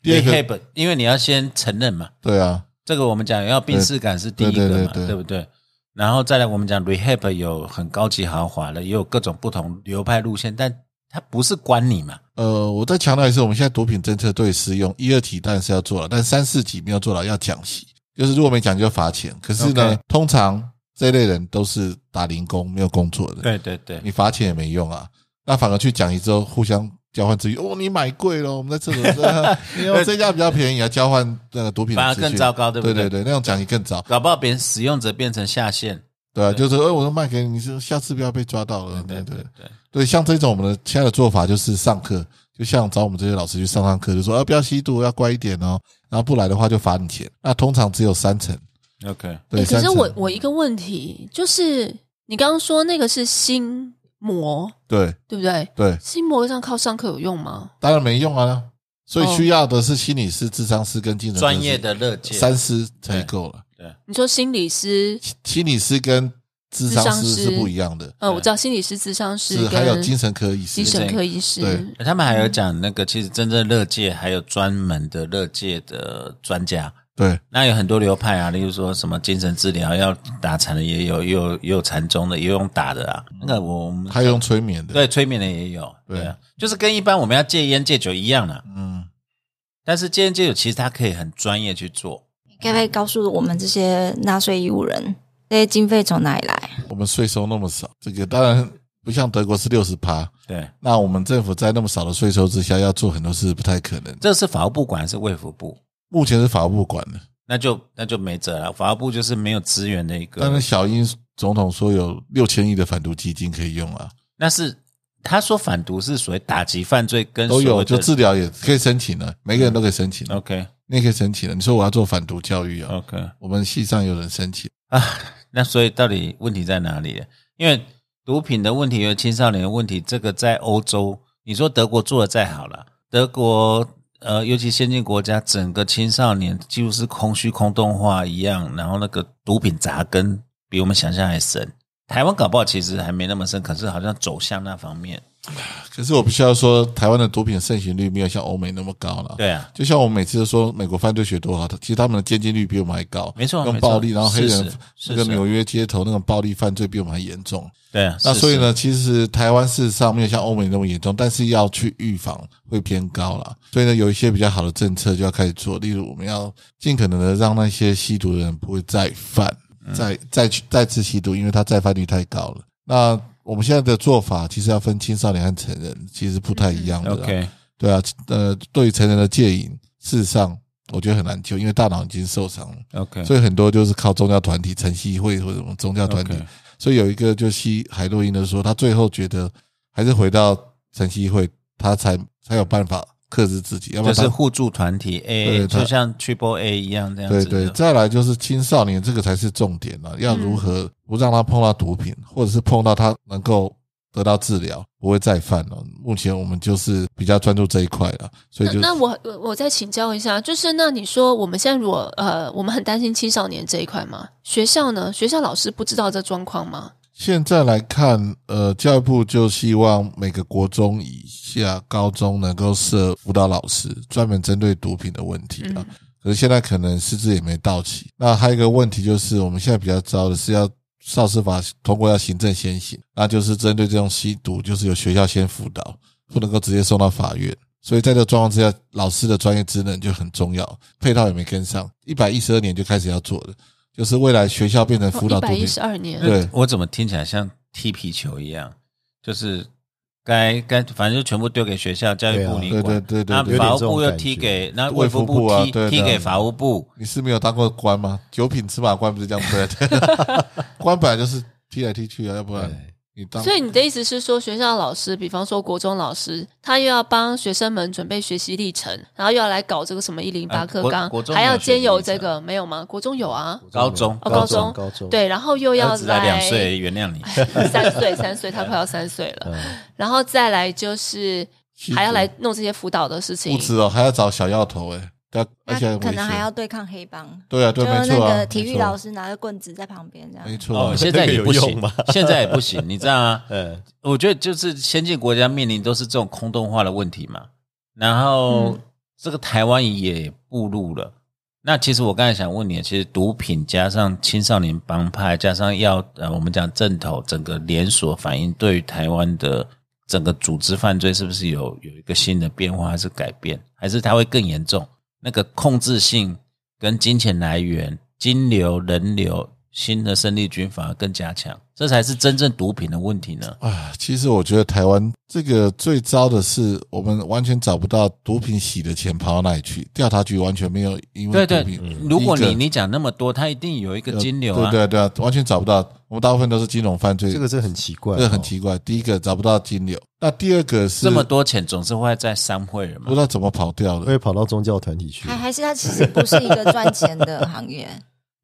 第二个， Rehab，因为你要先承认嘛，对啊，这个我们讲要病视感是第一对个对嘛，对对对对不对？然后再来我们讲 rehab 有很高级豪华的，也有各种不同流派路线，但它不是关你嘛，呃，我再强调一次，我们现在毒品政策对适用一二级当然是要做了，但三四级没有做了要讲习，就是如果没讲就要罚钱。可是呢 OK 通常这类人都是打零工没有工作的，对对对你罚钱也没用啊。那反而去讲一之后，互相交换资讯。哦，你买贵了，我们在厕所 这，你用这家比较便宜啊，交换那个毒品的反而资讯更糟糕对对不对对对，那种讲义更糟，搞不好别人使用者变成下线，对啊，就是哎，我都卖给你，你是下次不要被抓到了。对对对对对，对，像这种我们的现在的做法就是上课，就像找我们这些老师去上上课，就说啊，不要吸毒，要乖一点哦，然后不来的话就罚你钱。那通常只有三成，对，OK，对，诶可三是成我我一个问题就是，你刚刚说那个是心魔，对对不对？对，心魔上靠上课有用吗？当然没用啊，所哦以需要的是心理师、智商师跟精神科专师业的乐界，三师才够了。你说心理师，心理师跟智商师是不一样的，呃，我知道心理师、智商师是还有跟精神科医师精。神科医师对，他们还有讲那个，其实真正乐界还有专门的乐界的专家，对那有很多流派啊，例如说什么精神治疗要打禅的也有，也有也有禅宗的，也有用打的啊。那个我我们还有用催眠的，对催眠的也有，对对啊，就是跟一般我们要戒烟戒酒一样啦。嗯，但是戒烟戒酒其实它可以很专业去做，该不该告诉我们这些纳税义务人，这些经费从哪里来？我们税收那么少，这个当然不像德国是六十趴，对，那我们政府在那么少的税收之下，要做很多事不太可能。这是法务部管还是卫福部？目前是法务部管的，那就那就没辙了，法务部就是没有资源的一个，但是小英总统说有六千亿的反毒基金可以用啊，那是他说反毒是属于打击犯罪跟都所有，谓就的治疗也可以申请了，每个人都可以申请了， OK 你也可以申请了。你说我要做反毒教育啊， OK，我们系上有人申请，啊，那所以到底问题在哪里？因为毒品的问题和青少年的问题，这个在欧洲，你说德国做的再好了，德国呃，尤其先进国家，整个青少年几乎是空虚空洞化一样，然后那个毒品扎根比我们想象还深。台湾搞不好其实还没那么深，可是好像走向那方面。可是我必须要说，台湾的毒品盛行率没有像欧美那么高了。对啊就像我们每次都说美国犯罪学多好，其实他们的监禁率比我们还高。没错用没错暴力，然后黑是人是是那个是纽约街头那种暴力犯罪比我们还严重。对啊，那是所以，呢，其实台湾事实上没有像欧美那么严重，但是要去预防会偏高啦。所以呢，有一些比较好的政策就要开始做，例如我们要尽可能的让那些吸毒的人不会再犯、嗯再再去再次吸毒，因为他再犯率太高了。那我们现在的做法其实要分青少年和成人，其实不太一样是的啦。嗯 OK，对啊，呃，对于成人的戒瘾，事实上我觉得很难救，因为大脑已经受伤了。 OK，所以很多就是靠宗教团体、晨曦会或者什么宗教团体。 OK 所以有一个就吸海洛因的说，他最后觉得还是回到晨曦会，他才才有办法克制自己，要就不然他是互助团体 A，对他就像 Triple A 一样这样对子。对，，再来就是青少年这个才是重点了、要如嗯何不让他碰到毒品，或者是碰到他能够得到治疗，不会再犯了、目前我们就是比较专注这一块了，所以那就那我我再请教一下，就是那你说我们现在如果呃，我们很担心青少年这一块嘛，学校呢，学校老师不知道这状况吗？现在来看，呃，教育部就希望每个国中以下高中能够设辅导老师，专门针对毒品的问题嗯啊。可是现在可能师资也没到齐。那还有一个问题就是，我们现在比较糟的是要少师法通过要行政先行，那就是针对这种吸毒，就是由学校先辅导，不能够直接送到法院。所以在这个状况之下，老师的专业职能就很重要，配套也没跟上。一百一十二年就开始要做的，就是未来学校变成辅导一毒百哦一品十二年，对我怎么听起来像踢皮球一样？就是该该，反正就全部丢给学校教育部对你管，啊对对对对那对法务有点这种部又感踢觉给那卫卫福福部部啊踢对踢对给啊法务部，你是没有当过官吗？九品芝麻官不是这样分的， 官本来就是踢来踢去啊，要不然你当所以你的意思是说，学校老师，比方说国中老师，他又要帮学生们准备学习历程，然后又要来搞这个什么一零八啊课国纲国，中还没有要兼学习有历这程个没有吗？国中有啊，高中哦，高中，高中，对，然后又要儿子才来两岁， 原谅 你。 三岁，三岁，他快要三岁了，然后再来就是吸毒还要来弄这些辅导的事情不，止哦，还要找小药头哎，要而且那危可险能还要对抗黑帮，对啊对，就没那错啊，个体没育错老师拿着棍子在旁边这没样。错哦啊，，现在也不那个有行用吗，现在也不行，你知道 啊？嗯，我觉得就是先进国家面临都是这种空洞化的问题嘛，然后这个台湾也步入了。那其实我刚才想问你，其实毒品加上青少年帮派，加上要呃，我们讲正头整个连锁反应，对于台湾的整个组织犯罪是不是有有一个新的变化，还是改变，还是它会更严重？那个控制性跟金钱来源、金流、人流，新的生力军反而更加强，这才是真正毒品的问题呢。唉其实我觉得台湾这个最糟的是，我们完全找不到毒品洗的钱跑到哪里去，调查局完全没有因对为对毒品，如果一个呃你你讲那么多，它一定有一个金流啊。对对对啊，完全找不到，我们大部分都是金融犯罪，这个是很奇怪，哦这个很，奇怪。第一个找不到金流，那第二个是这么多钱总是会在商会了不知嘛？道怎么跑掉了。会跑到宗教团体哎去 还。还是他其实不是一个赚钱的行业，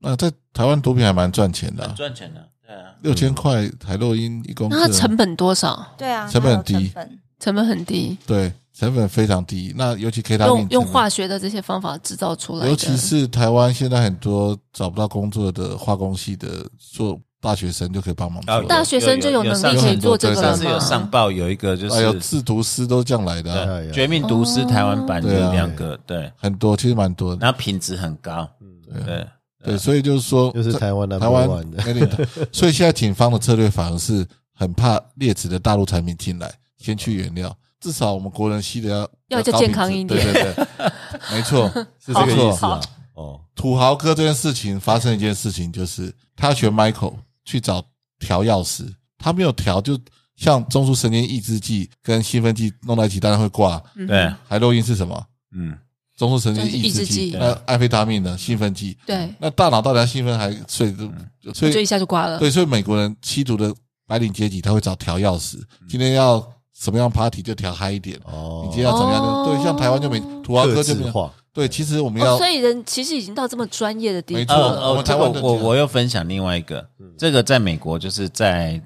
那、在台湾毒品还蛮赚钱的啊、赚钱的，对啊。六千块海洛因一公克，那它成本多少？对 啊，成本很低还有成本成本很低，对成本非常低。那尤其 K 他用命用化学的这些方法制造出来的，尤其是台湾现在很多找不到工作的化工系的做大学生就可以帮忙做，大学生就有能有力可以做这个有了上很次多有上吗？报有一个就啊还有是制毒师都这样来的啊、哎《呀绝命毒师》台湾版有对啊两个，对，很多其实蛮多的。然后品质很高，对嗯对，所以就是说，就是这台湾 number 台湾 one 的没领导所以现在警方的策略反而是很怕劣质的大陆产品进来，先去原料。至少我们国人吸的要要再高品健质康一点对对对， 没错，是是这个意思错。啊。哦，土豪哥这件事情发生一件事情，就是他学 Michael 去找调药师，他没有调，就像中枢神经抑制剂跟兴奋剂弄在一起，当然会挂。对，海洛因是什么？嗯，中枢神经就是抑抑制制剂剂。那安非他命呢？兴奋剂。对，那大脑到底要兴奋还睡？嗯所以就一下就挂了。对，所以美国人吸毒的白领阶级，他会找调药师。今天要什么样 party 就调嗨一点，嗯哦你今天要怎么样哦呢？对，像台湾就没土豪哥个就没性有。化，对，其实我们哦，要所以人其实已经到这么专业的地没步错了。我哦哦们，这台个湾的我这样嗯我又分享另外一个，这个在美国就是在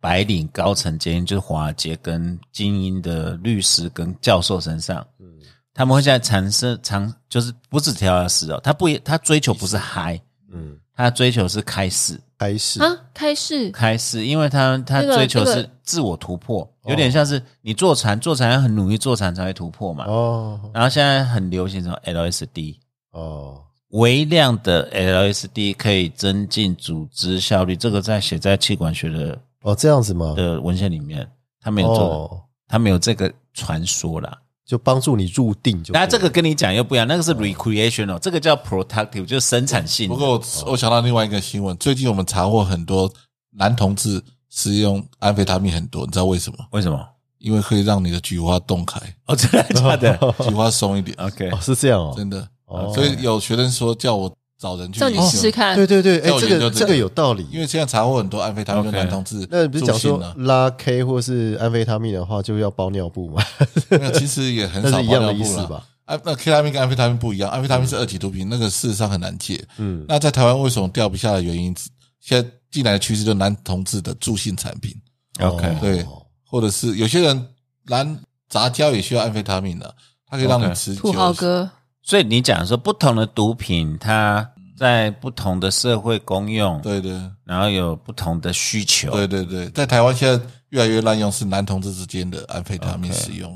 白领高层精英，就是华尔街跟精英的律师跟教授身上，嗯他们会现在产生长，就是不是调药师哦，他不他追求不是嗨，嗯，他追求是开释，开始啊，开市开释，因为他他那个追求那是个自我突破，哦有点像是你做禅，做禅要很努力做禅才会突破嘛。哦然后现在很流行什么 LSD，哦，微量的 LSD 可以增进组织效率，这个在写在气管学的哦，这样子吗？的文献里面，他没有做，哦，他没有这个传说啦。就帮助你入定就对了。那这个跟你讲又不一样，那个是 recreational，、这个叫 productive，就是生产性的。哦不过哦我我想到另外一个新闻，最近我们查获很多男同志使用安非他命很多，你知道为什么？为什么？因为可以让你的菊花 洞开，哦，真的假的菊花松一点， ？OK，哦是这样哦，真的。哦所以有学生说叫我找人去叫你研究试试，看。对对对，哎那，我这研究个这这个个有道理，因为现在查获很多安非他命 OK 跟男同志，那不是讲说助兴啊拉 K 或是安非他命的话，就要包尿布嘛？没有，其实也 很那少是一样包的尿意布思了。吧？安啊那 K 他命跟安非他命不一样，安嗯非他命是二级毒品，那个事实上很难戒。嗯，那在台湾为什么掉不下的原因，现在进来的趋势就是男同志的助性产品， OK 哦对或者是有些人男杂交也需要安非他命的，它可以让 OK 你持久。土豪哥，所以你讲说不同的毒品，它在不同的社会公用，对对然后有不同的需求。对对对，在台湾现在越来越滥用是男同志之间的安非他命使用，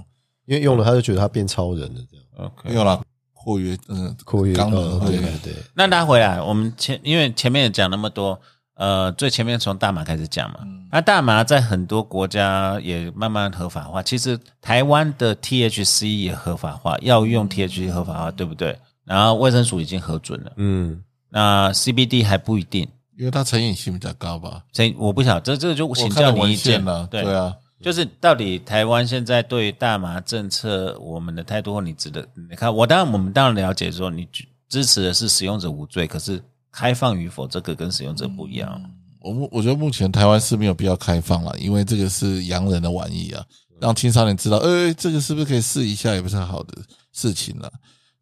因为用了他就觉得他变超人了，这样 OK，没有啦，括约嗯，括约肛呃门对对对对，那拉回来，我们前因为前面也讲那么多，呃，最前面从大麻开始讲嘛。嗯那大麻在很多国家也慢慢合法化，其实台湾的 THC 也合法化，药嗯用 THC 合法化，对不对？然后卫生署已经核准了，嗯，那 CBD 还不一定。因为它成瘾性比较高吧。所以我不晓得，这这个就我请看教了你文意见献了，对对啊，就是到底台湾现在对于大麻政策，我们的态度，你指的，你看，我当然我们当然了解说，你支支持的是使用者无罪，可是开放与否，这个跟使用者不一样。我目我觉得目前台湾是没有必要开放了，因为这个是洋人的玩意啊，让青少年知道，哎、这个是不是可以试一下，也不是好的事情了。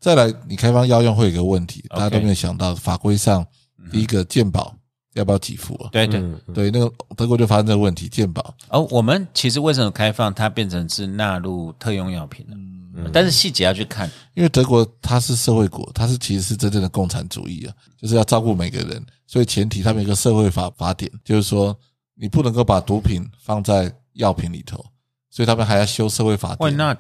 再来，你开放药用会有一个问题，OK 大嗯家都没有想到，法规上第一个健保要不要给付啊？对对，嗯嗯对，那个德国就发生这个问题，健保，而、我们其实为什么开放，它变成是纳入特用药品了？但是细节要去看。因为德国它是社会国，它是其实是真正的共产主义啊，就是要照顾每个人，所以前提他们有一个社会法法典，就是说你不能够把毒品放在药品里头，所以他们还要修社会法 Why 典。 not？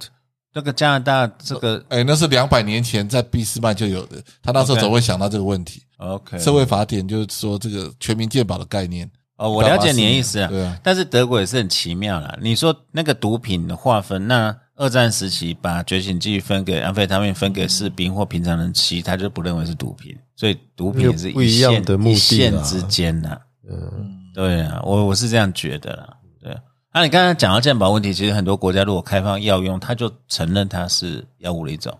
这个加拿大这个哎，那是两百年前在俾斯麦就有的，他那时候 OK 总会想到这个问题。 OK，社会法典就是说这个全民健保的概念。哦，我了解你的意思啊。对啊但是德国也是很奇妙啦。你说那个毒品的划分，那二战时期把觉醒剂分给安非他命分给士兵或平常人吸，他就不认为是毒品，所以毒品也是有不一样线的目的啊嗯一线之间呐、对啊，我我是这样觉得啦。对啊，那、你刚才讲到健保问题，其实很多国家如果开放药用，他就承认它是药物的一种。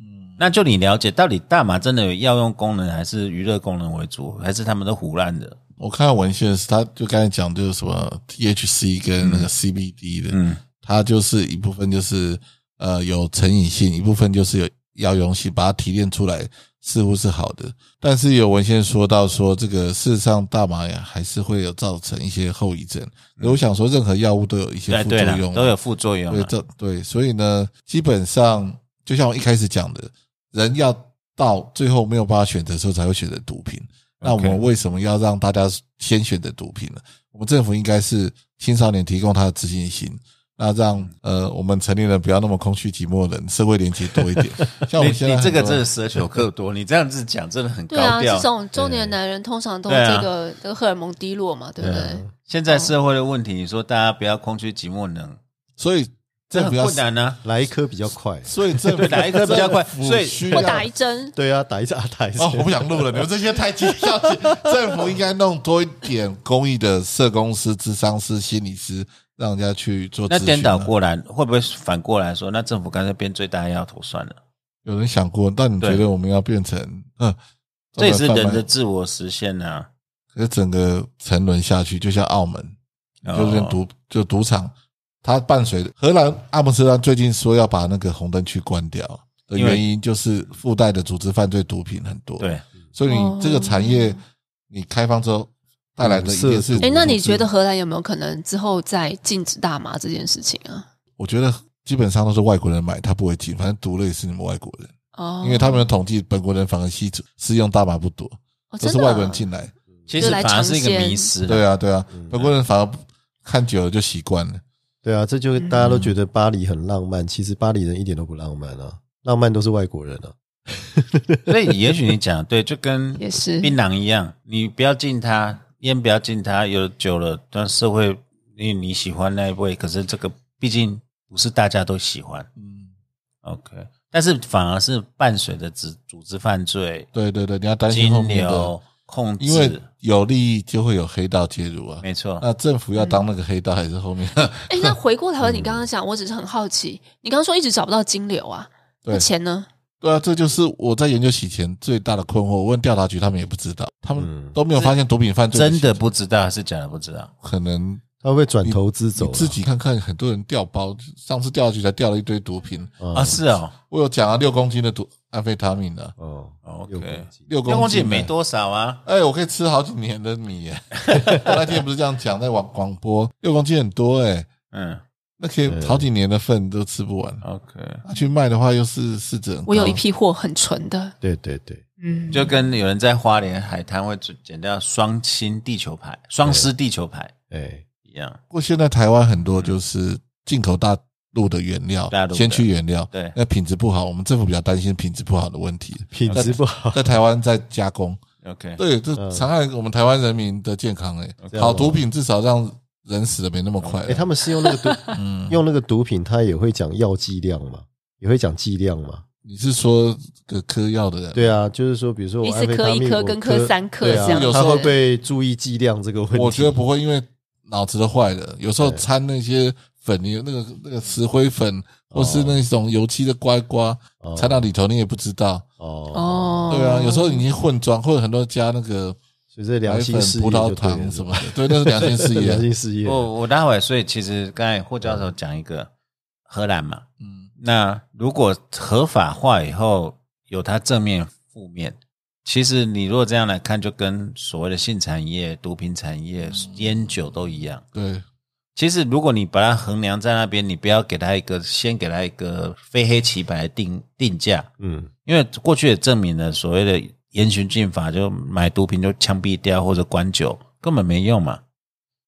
嗯那就你了解，到底大麻真的有药用功能，还是娱乐功能为主，还是他们都胡乱的？我看到文献是，他就刚才讲就是什么 THC 跟那个 CBD 的，嗯，它就是一部分就是呃有成瘾性，一部分就是有药用性，把它提炼出来似乎是好的。但是有文献说到说，这个事实上大麻呀还是会有造成一些后遗症。我想说，任何药物都有一些嗯哎对副作对啦啊用，啊都有副作用啊对啦。这对，所以呢，基本上就像我一开始讲的，人要到最后没有办法选择的时候，才会选择毒品。那我 OK 们为什么要让大家先选择毒品呢？我们政府应该是青少年提供他的自信心，那让嗯呃我们成年人不要那么空虚寂寞冷，社会连接多一点。哦像我你们现在你这个很多真的奢求克多，你这样子讲真的很对啊，高这调。种中年男人通常都有对啊这个这个荷尔蒙低落嘛，对不对？啊现在社会的问题，你说大家不要空虚寂寞冷，所以这政很府要困难啊呢。来一颗比较快，所以政府对打一颗比较快政府所以需我要打一针，对啊，打一下 打一下哦，，我不想录了，你们这些太计较。政府应该弄多一点公益的社工师、智商师、心理师，让人家去做、啊那颠倒，过来，会不会反过来说，那政府干脆变最大要头算了？有人想过？但你觉对得我们要变成嗯，这也是专门人贩卖的，自我实现啊。可是整个沉沦下去，就像澳门，哦就是赌就赌场，它伴随着荷兰阿姆斯特丹最近说要把那个红灯区关掉的因为原因，就是附带的组织犯罪、毒品很多。，对，所以你这个产业哦你开放之后带来的一定是嗯是哎，那你得？觉得荷兰有没有可能之后再禁止大麻这件事情啊？我觉得基本上都是外国人买，他不会进，反正毒了也是你们外国人，哦，因为他们的统计，本国人反而吸食用大麻不多，哦，都真是的外国人进来。其实就来反而尝是一嗯个鲜迷失。对啊，对啊，外国人反而看久了就习惯了。对啊，这就大家都觉得巴黎很浪漫，其实巴黎人一点都不浪漫啊，浪漫都是外国人啊。所以也许你讲得对，就跟 也嗯是槟榔一样，你不要禁它，烟不要禁它，有久了，但社会因为你喜欢那一味，可是这个毕竟不是大家都喜欢。嗯， OK，但是反而是伴随着组组织犯罪、对对对，你要担心后金面的流，控因为制，有利益就会有黑道介入啊。没错。那政府要当那个黑道还 是后面？哎，那回过嗯头，你刚刚讲，我只是很好奇，你刚刚说一直找不到金流啊，那对钱呢？对啊，这就是我在研究洗钱最大的困惑。我问调查局，他们也不知道，他们嗯都没有发现毒品犯罪真的洗钱不知道还是假的不知道，可能。他会不会转投资走你了，自己看看，很多人掉包，上次调查局才掉了一堆毒品。嗯啊，是哦我有讲啊，六公斤的毒安非他命的，哦，有，OK，六公六斤公斤也没欸多少啊，哎、我可以吃好几年的 米耶！我那天不是这样讲，在网广播，六公斤很多哎、嗯那可以好几年的份都吃不完。 ，OK，啊、去卖的话，又是市值很高我有一批货很纯的，对对对，嗯，就跟有人在花莲海滩会捡到双星地球牌、双狮地球牌哎，一样，不过现在台湾很多就是进口大陆的原料大陆，的先去原料，对那品质不好，我们政府比较担心品质不好的问题，品质不好，在台湾再加工， ，OK，对，这嗯残害我们台湾人民的健康哎、这样好吗毒品至少让人死的没那么快啊哎，他们是用那个毒嗯，用那个毒品，他也会讲药剂量嘛，也会讲剂量嘛。你是说个嗑药的人？对啊，就是说，比如说我一次安非磕他一命颗我跟磕三颗对啊这样有时他候会不会注意剂量这个问题？我觉得不会，因为脑子的坏的，有时候对掺那些粉，你那个那个石灰粉，或是那种油漆的乖瓜哦掺到里头，你也不知道。哦，哦，对啊，有时候已经混装，或者很多加那个所以这良白心粉、事业葡就萄对了糖什么的，对，那是良心事 良业。哦心事业，我我待会，所以其实刚才霍教授讲一个荷兰嘛，嗯，那如果合法化以后有它正面负面，其实你如果这样来看，就跟所谓的性产业、毒品产业、烟酒都一样。对，其实如果你把它衡量在那边，你不要给它一个先给它一个非黑即白的定定价，嗯，因为过去也证明了所谓的严刑峻法，就买毒品就枪毙掉或者关久，根本没用嘛。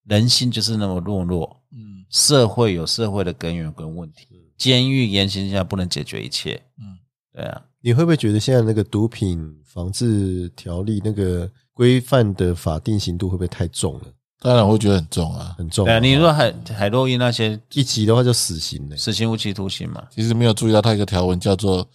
人性就是那么懦弱，嗯社会有社会的根源跟问题，监狱严刑下不能解决一切。嗯，对啊，你会不会觉得现在那个毒品防治条例那个规范的法定刑度会不会太重了？当然我会觉得很重啊。很重对啊。啊，你说海海洛因那些一级的话就死刑嘞，死刑、无期徒刑嘛？其实没有注意到它一个条文叫做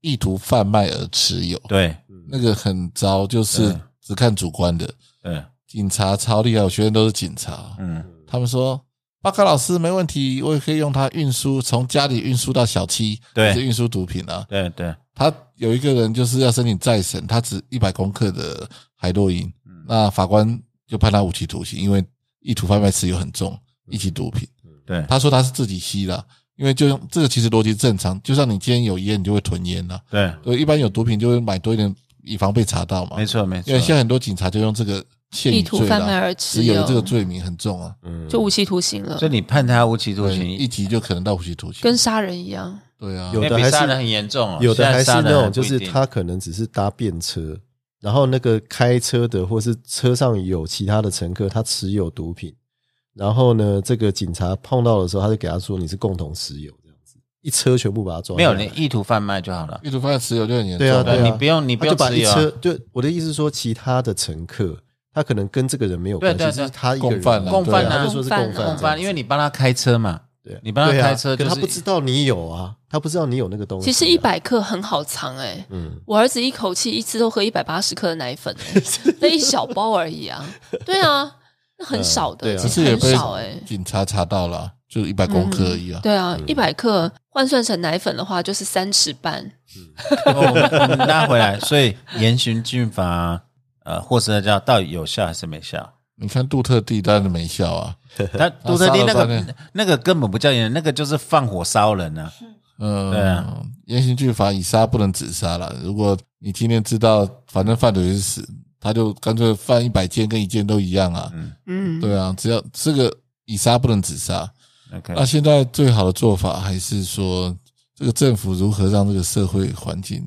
意图贩卖而持有，对那个很糟，就是对只看主观的。对，警察超厉害，我学生都是警察。嗯，他们说巴卡老师没问题，我也可以用它运输，从家里运输到小七，对也是运输毒品啊。对对，他有一个人就是要申请再审，他只一百公克的海洛因，嗯那法官就判他无期徒刑，因为意图贩卖持有很重，嗯一级毒品。对他说他是自己吸的啊，因为就用这个其实逻辑正常，就像你今天有烟，你就会囤烟呐、啊。对，对，一般有毒品就会买多一点，以防被查到嘛。没错没错因啊为。现在很多警察就用这个现意以图罪贩卖啦，而只持有有，的这个罪名很重啊，嗯，就无期徒刑了所，以你判他无期徒对，刑一，级就可能到无期徒刑。跟杀人一样。对啊，有因为的比还杀是人很严重哦，有现的在还是杀那人还不种，就一定是他可能只是搭便车，然后那个开车的或是车上有其他的乘客，他持有毒品，然后呢，这个警察碰到的时候，他就给他说你是共同持有这样子，一车全部把他抓没下有来。你意图贩卖就好了。意图贩卖持有就很严重对啊，啊。对你啊，不用你不他用就把持一有啊车，就我的意思是说，其他的乘客他可能跟这个人没有关系，对对就对是他一个人共犯啊共犯啊对他就说是共共犯犯，共犯，因为你帮他开车 嘛，对你帮他对啊开车可就是他不知道你有啊，他不知道你有那个东西其啊。实一百克很好藏哎、嗯，我儿子一口气一次都喝一百八十克的奶粉、欸，那一小包而已啊。对啊，那很少的，嗯对啊其只是实也很被少哎、警察查到了啊，就一百公克而已啊。对啊，一百克换算成奶粉的话，就是三尺半。哦我们我们拉回来，所以严刑峻法，呃，或是叫到底有效还是没效？你看杜特地当然没效啊，他杜特地那杀了半个那个根本不叫严，那个就是放火烧人啊！嗯，对啊严刑峻法以杀不能止杀了。如果你今天知道，反正犯的也是死，他就干脆犯一百件跟一件都一样啊。嗯嗯，对啊，只要这个以杀不能止杀， ，OK，那现在最好的做法还是说，这个政府如何让这个社会环境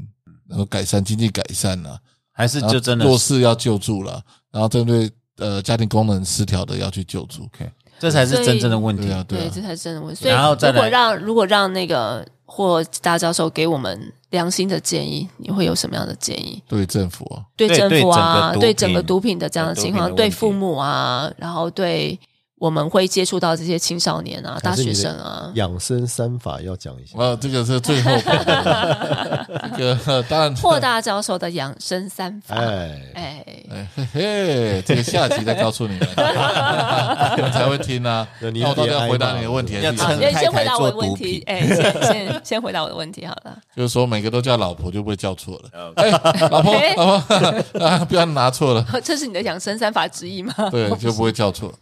能够改善，经济改善呢、啊？还是就真的弱势要救助了，然后针对呃家庭功能失调的要去救助。 OK，这才是真正的问题对。啊，对，啊，这才是真的问题。所以然后再如果来让如果让那个霍大教授给我们良心的建议，你会有什么样的建议？对政府啊，对对政府啊，对对整整个个毒毒品的这样的对情毒品的况，问对题父母啊，然后对我们会接触到这些青少年啊、大还是学你的生啊，养生三法要讲一下。啊，这个是最后版的这个呃当然霍大教授的养生三法，哎，哎，哎嘿嘿，这个下集再 告诉你们，你们才会听啊。那你那我到底要回答你的问题，要还是撑好，开先先台回答我的做问毒题品，哎，先先先回答我的问题好了。 就是说每个都叫老婆就不会叫 错哦了。哎，老婆，老婆 啊，不要拿错了，这是你的养生三法之一吗？ 对，就不会叫错了。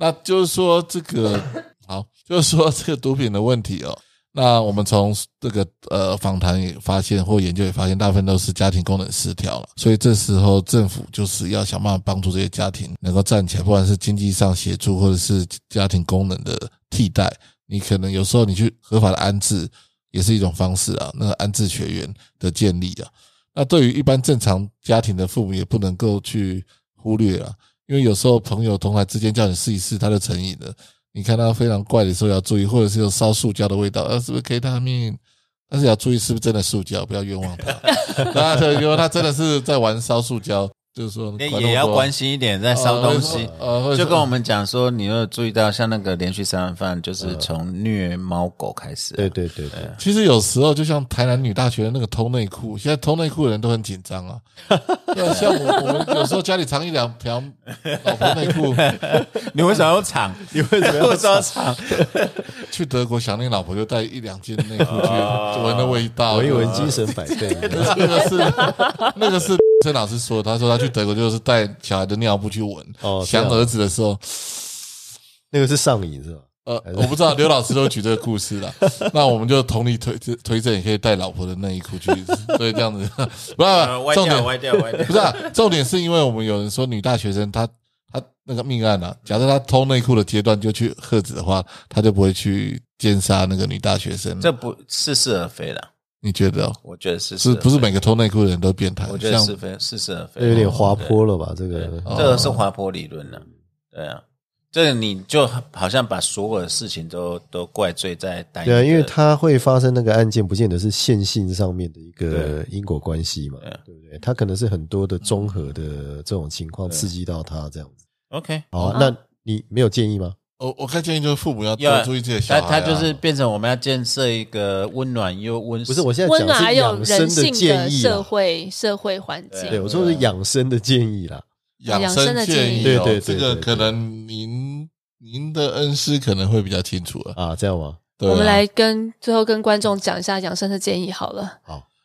那就是说这个好，就是说这个毒品的问题哦。那我们从这个呃访谈也发现，或研究也发现，大部分都是家庭功能失调了。所以这时候政府就是要想办法帮助这些家庭能够站起来，不管是经济上协助，或者是家庭功能的替代。你可能有时候你去合法的安置也是一种方式啊，那个安置学员的建立啊。那对于一般正常家庭的父母也不能够去忽略啊，因为有时候朋友同台之间叫你试一试，他就成瘾了。你看他非常怪的时候要注意，或者是有烧塑胶的味道，啊，是不是 K 他命？但是要注意是不是真的塑胶，不要冤枉他。 那他就说他真的是在玩烧塑胶，就是说也也要关系心一点，在烧东西。啊呃，或者就是跟我们讲说，你有注意到，像那个连续杀人犯，呃就是从虐猫狗开始。啊对对对对，其实有时候就像台南女大学的那个偷内裤，现在偷内裤的人都很紧张 啊。对啊，像我我们有时候家里藏一两条老婆内裤，你为什么要 藏？你 为什么要啊藏？去德国想念老婆就带一两件内 裤去，就闻那味道。啊闻一闻精神百倍。 那个是那个是陈老师说的，他说他去德国就是带小孩的尿布去闻，哦这想样儿子的时候，那个是上瘾是吧？呃，我不知道刘老师都举这个故 事了，那我们就同理推推荐，也可以带老婆的内衣 裤去，对，这样子，不呃要重点掉，歪掉不是、啊，重点是因为我们有人说女大学生她她那个命案啊，假设她偷内裤的阶段就去喝止的话，她就不会去奸杀那个女大学生。这不是是而非了，你觉得、哦、我觉得是是不是而非每个偷内裤的人都变态？我觉得像是非是是而非，那有点滑坡了吧？这个这哦个是滑坡理论了、对啊，这个你就好像把所有的事情都都怪罪在单一对的啊，因为它会发生那个案件，不见得是线性上面的一个因果关系嘛，对不对？它可能是很多的综合的这种情况刺激到他这样子。 OK，哦好啊，那你没有建议吗？我我看建议就是父母要要多注意自己的小他孩、啊，他就是变成我们要建设一个温暖又温不是，我现在温讲暖还是有养人生性建议社啊。会社会环境。对，我说的是养生的建议啦。养养生生的建建议议、对哦，对对这个对可能您您的恩师可能会比较清楚啊。啊，这样吗？对啊我们来跟最后跟观众讲一下养生的建议好了。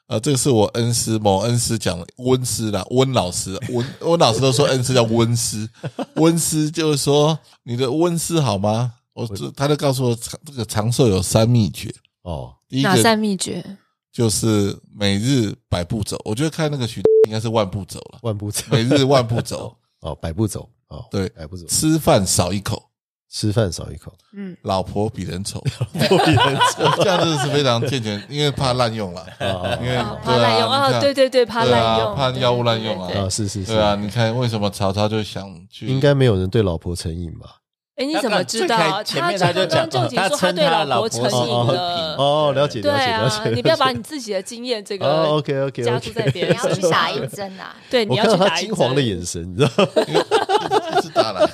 呃，这个是我恩师某恩师讲的，温师啦，温老师， 温温老师都说恩师叫温师， 温师就是说你的温师好吗？我这他就告诉我，长这个长寿有三秘诀，哦，第一哪个三秘诀？就是每日百步走，我觉得看那个徐 应该是万步走了，万步走，每日万步走，哦，百步走，哦，对百步走，吃饭少一口，吃饭少一口，嗯，老婆比人丑， 这样子是非常健全，因为怕滥用了，哦因为啊怕滥用对啊你啊，看对对对，怕对啊滥用，怕对药物对滥对用啊对啊，是是是对，啊，你看为什么曹操就想去？应该没有人对老婆成瘾吧？哎，你怎么知他刚道？才前面他他就刚讲刚正经他说称对他老老婆成婆是瘾和了。 哦，了解对了解了解啊，， 你不要了解把你自己的经验这哦个，OK，OK，OK 加注在别你人要身去打上。一针啊！对，你我要看去到打他一金黄的针眼神，你知道 吗？一直打来，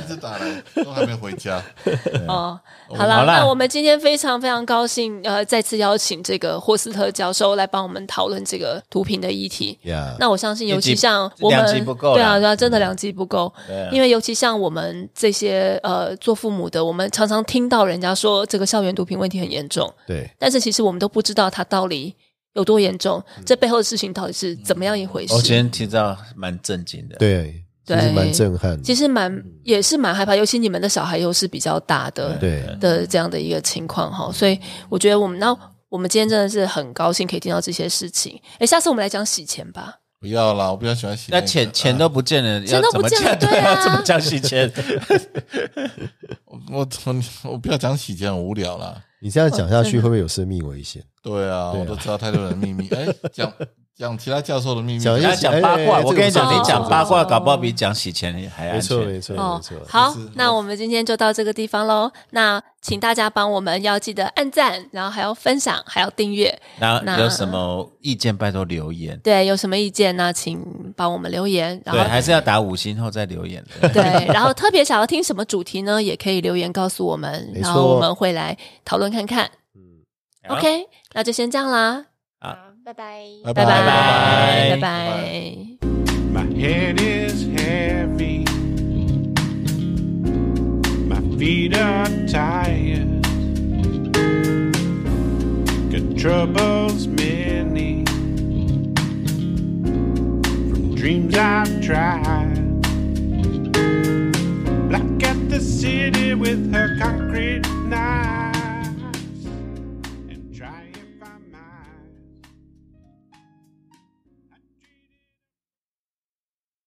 一直打来，都还没回家。哦，好啦，好啦那我们今天非常非常高兴，呃，再次邀请这个霍斯特教授来帮我们讨论这个毒品的议题。呀，那我相信，尤一其集像我们两集不够啦对啊，对啊，真的两集不够，对啊因为尤其像我们这些呃做父母的，我们常常听到人家说这个校园毒品问题很严重，对，但是其实我们都不知道它到底有多严重，这背后的事情到底是怎么样一回事。我今天听到蛮震惊的，哦对，其实对蛮震撼的。其实实蛮也是蛮害怕，尤其你们的小孩又是比较大的，嗯 对的这样的一个情况哈，所以我觉得我们那我们今天真的是很高兴可以听到这些事情。哎，下次我们来讲洗钱吧。不要啦，我比较喜欢洗那啊那个。钱钱都不见了，钱要都怎么不见了讲？ 对啊要怎么讲洗 钱？我我我我不要讲洗钱，很无聊啦。你这样讲下去，会不会有生命危险？对啊，我都知道太多人的秘密。哎，讲讲其他教授的秘密，讲一他些讲八卦，哎哎我跟你讲，这个你不错讲八卦，搞不好比讲洗钱还没安错全。没错哦没错，，好，那我们今天就到这个地方喽。那请大家帮我们要记得按赞，然后还要分享，还要订阅。然那后有什么意见，拜托留言。对，有什么意见呢？请帮我们留言。然对，后还是要打五星后再留言 的。对，然后特别想要听什么主题呢？也可以留言告诉我们，没错然后我们会来讨论看看。好 OK，那就先这样啦，拜拜。拜拜拜拜拜拜拜。 My head is heavy. My feet are tired. Got troubles many from dreams I've tried.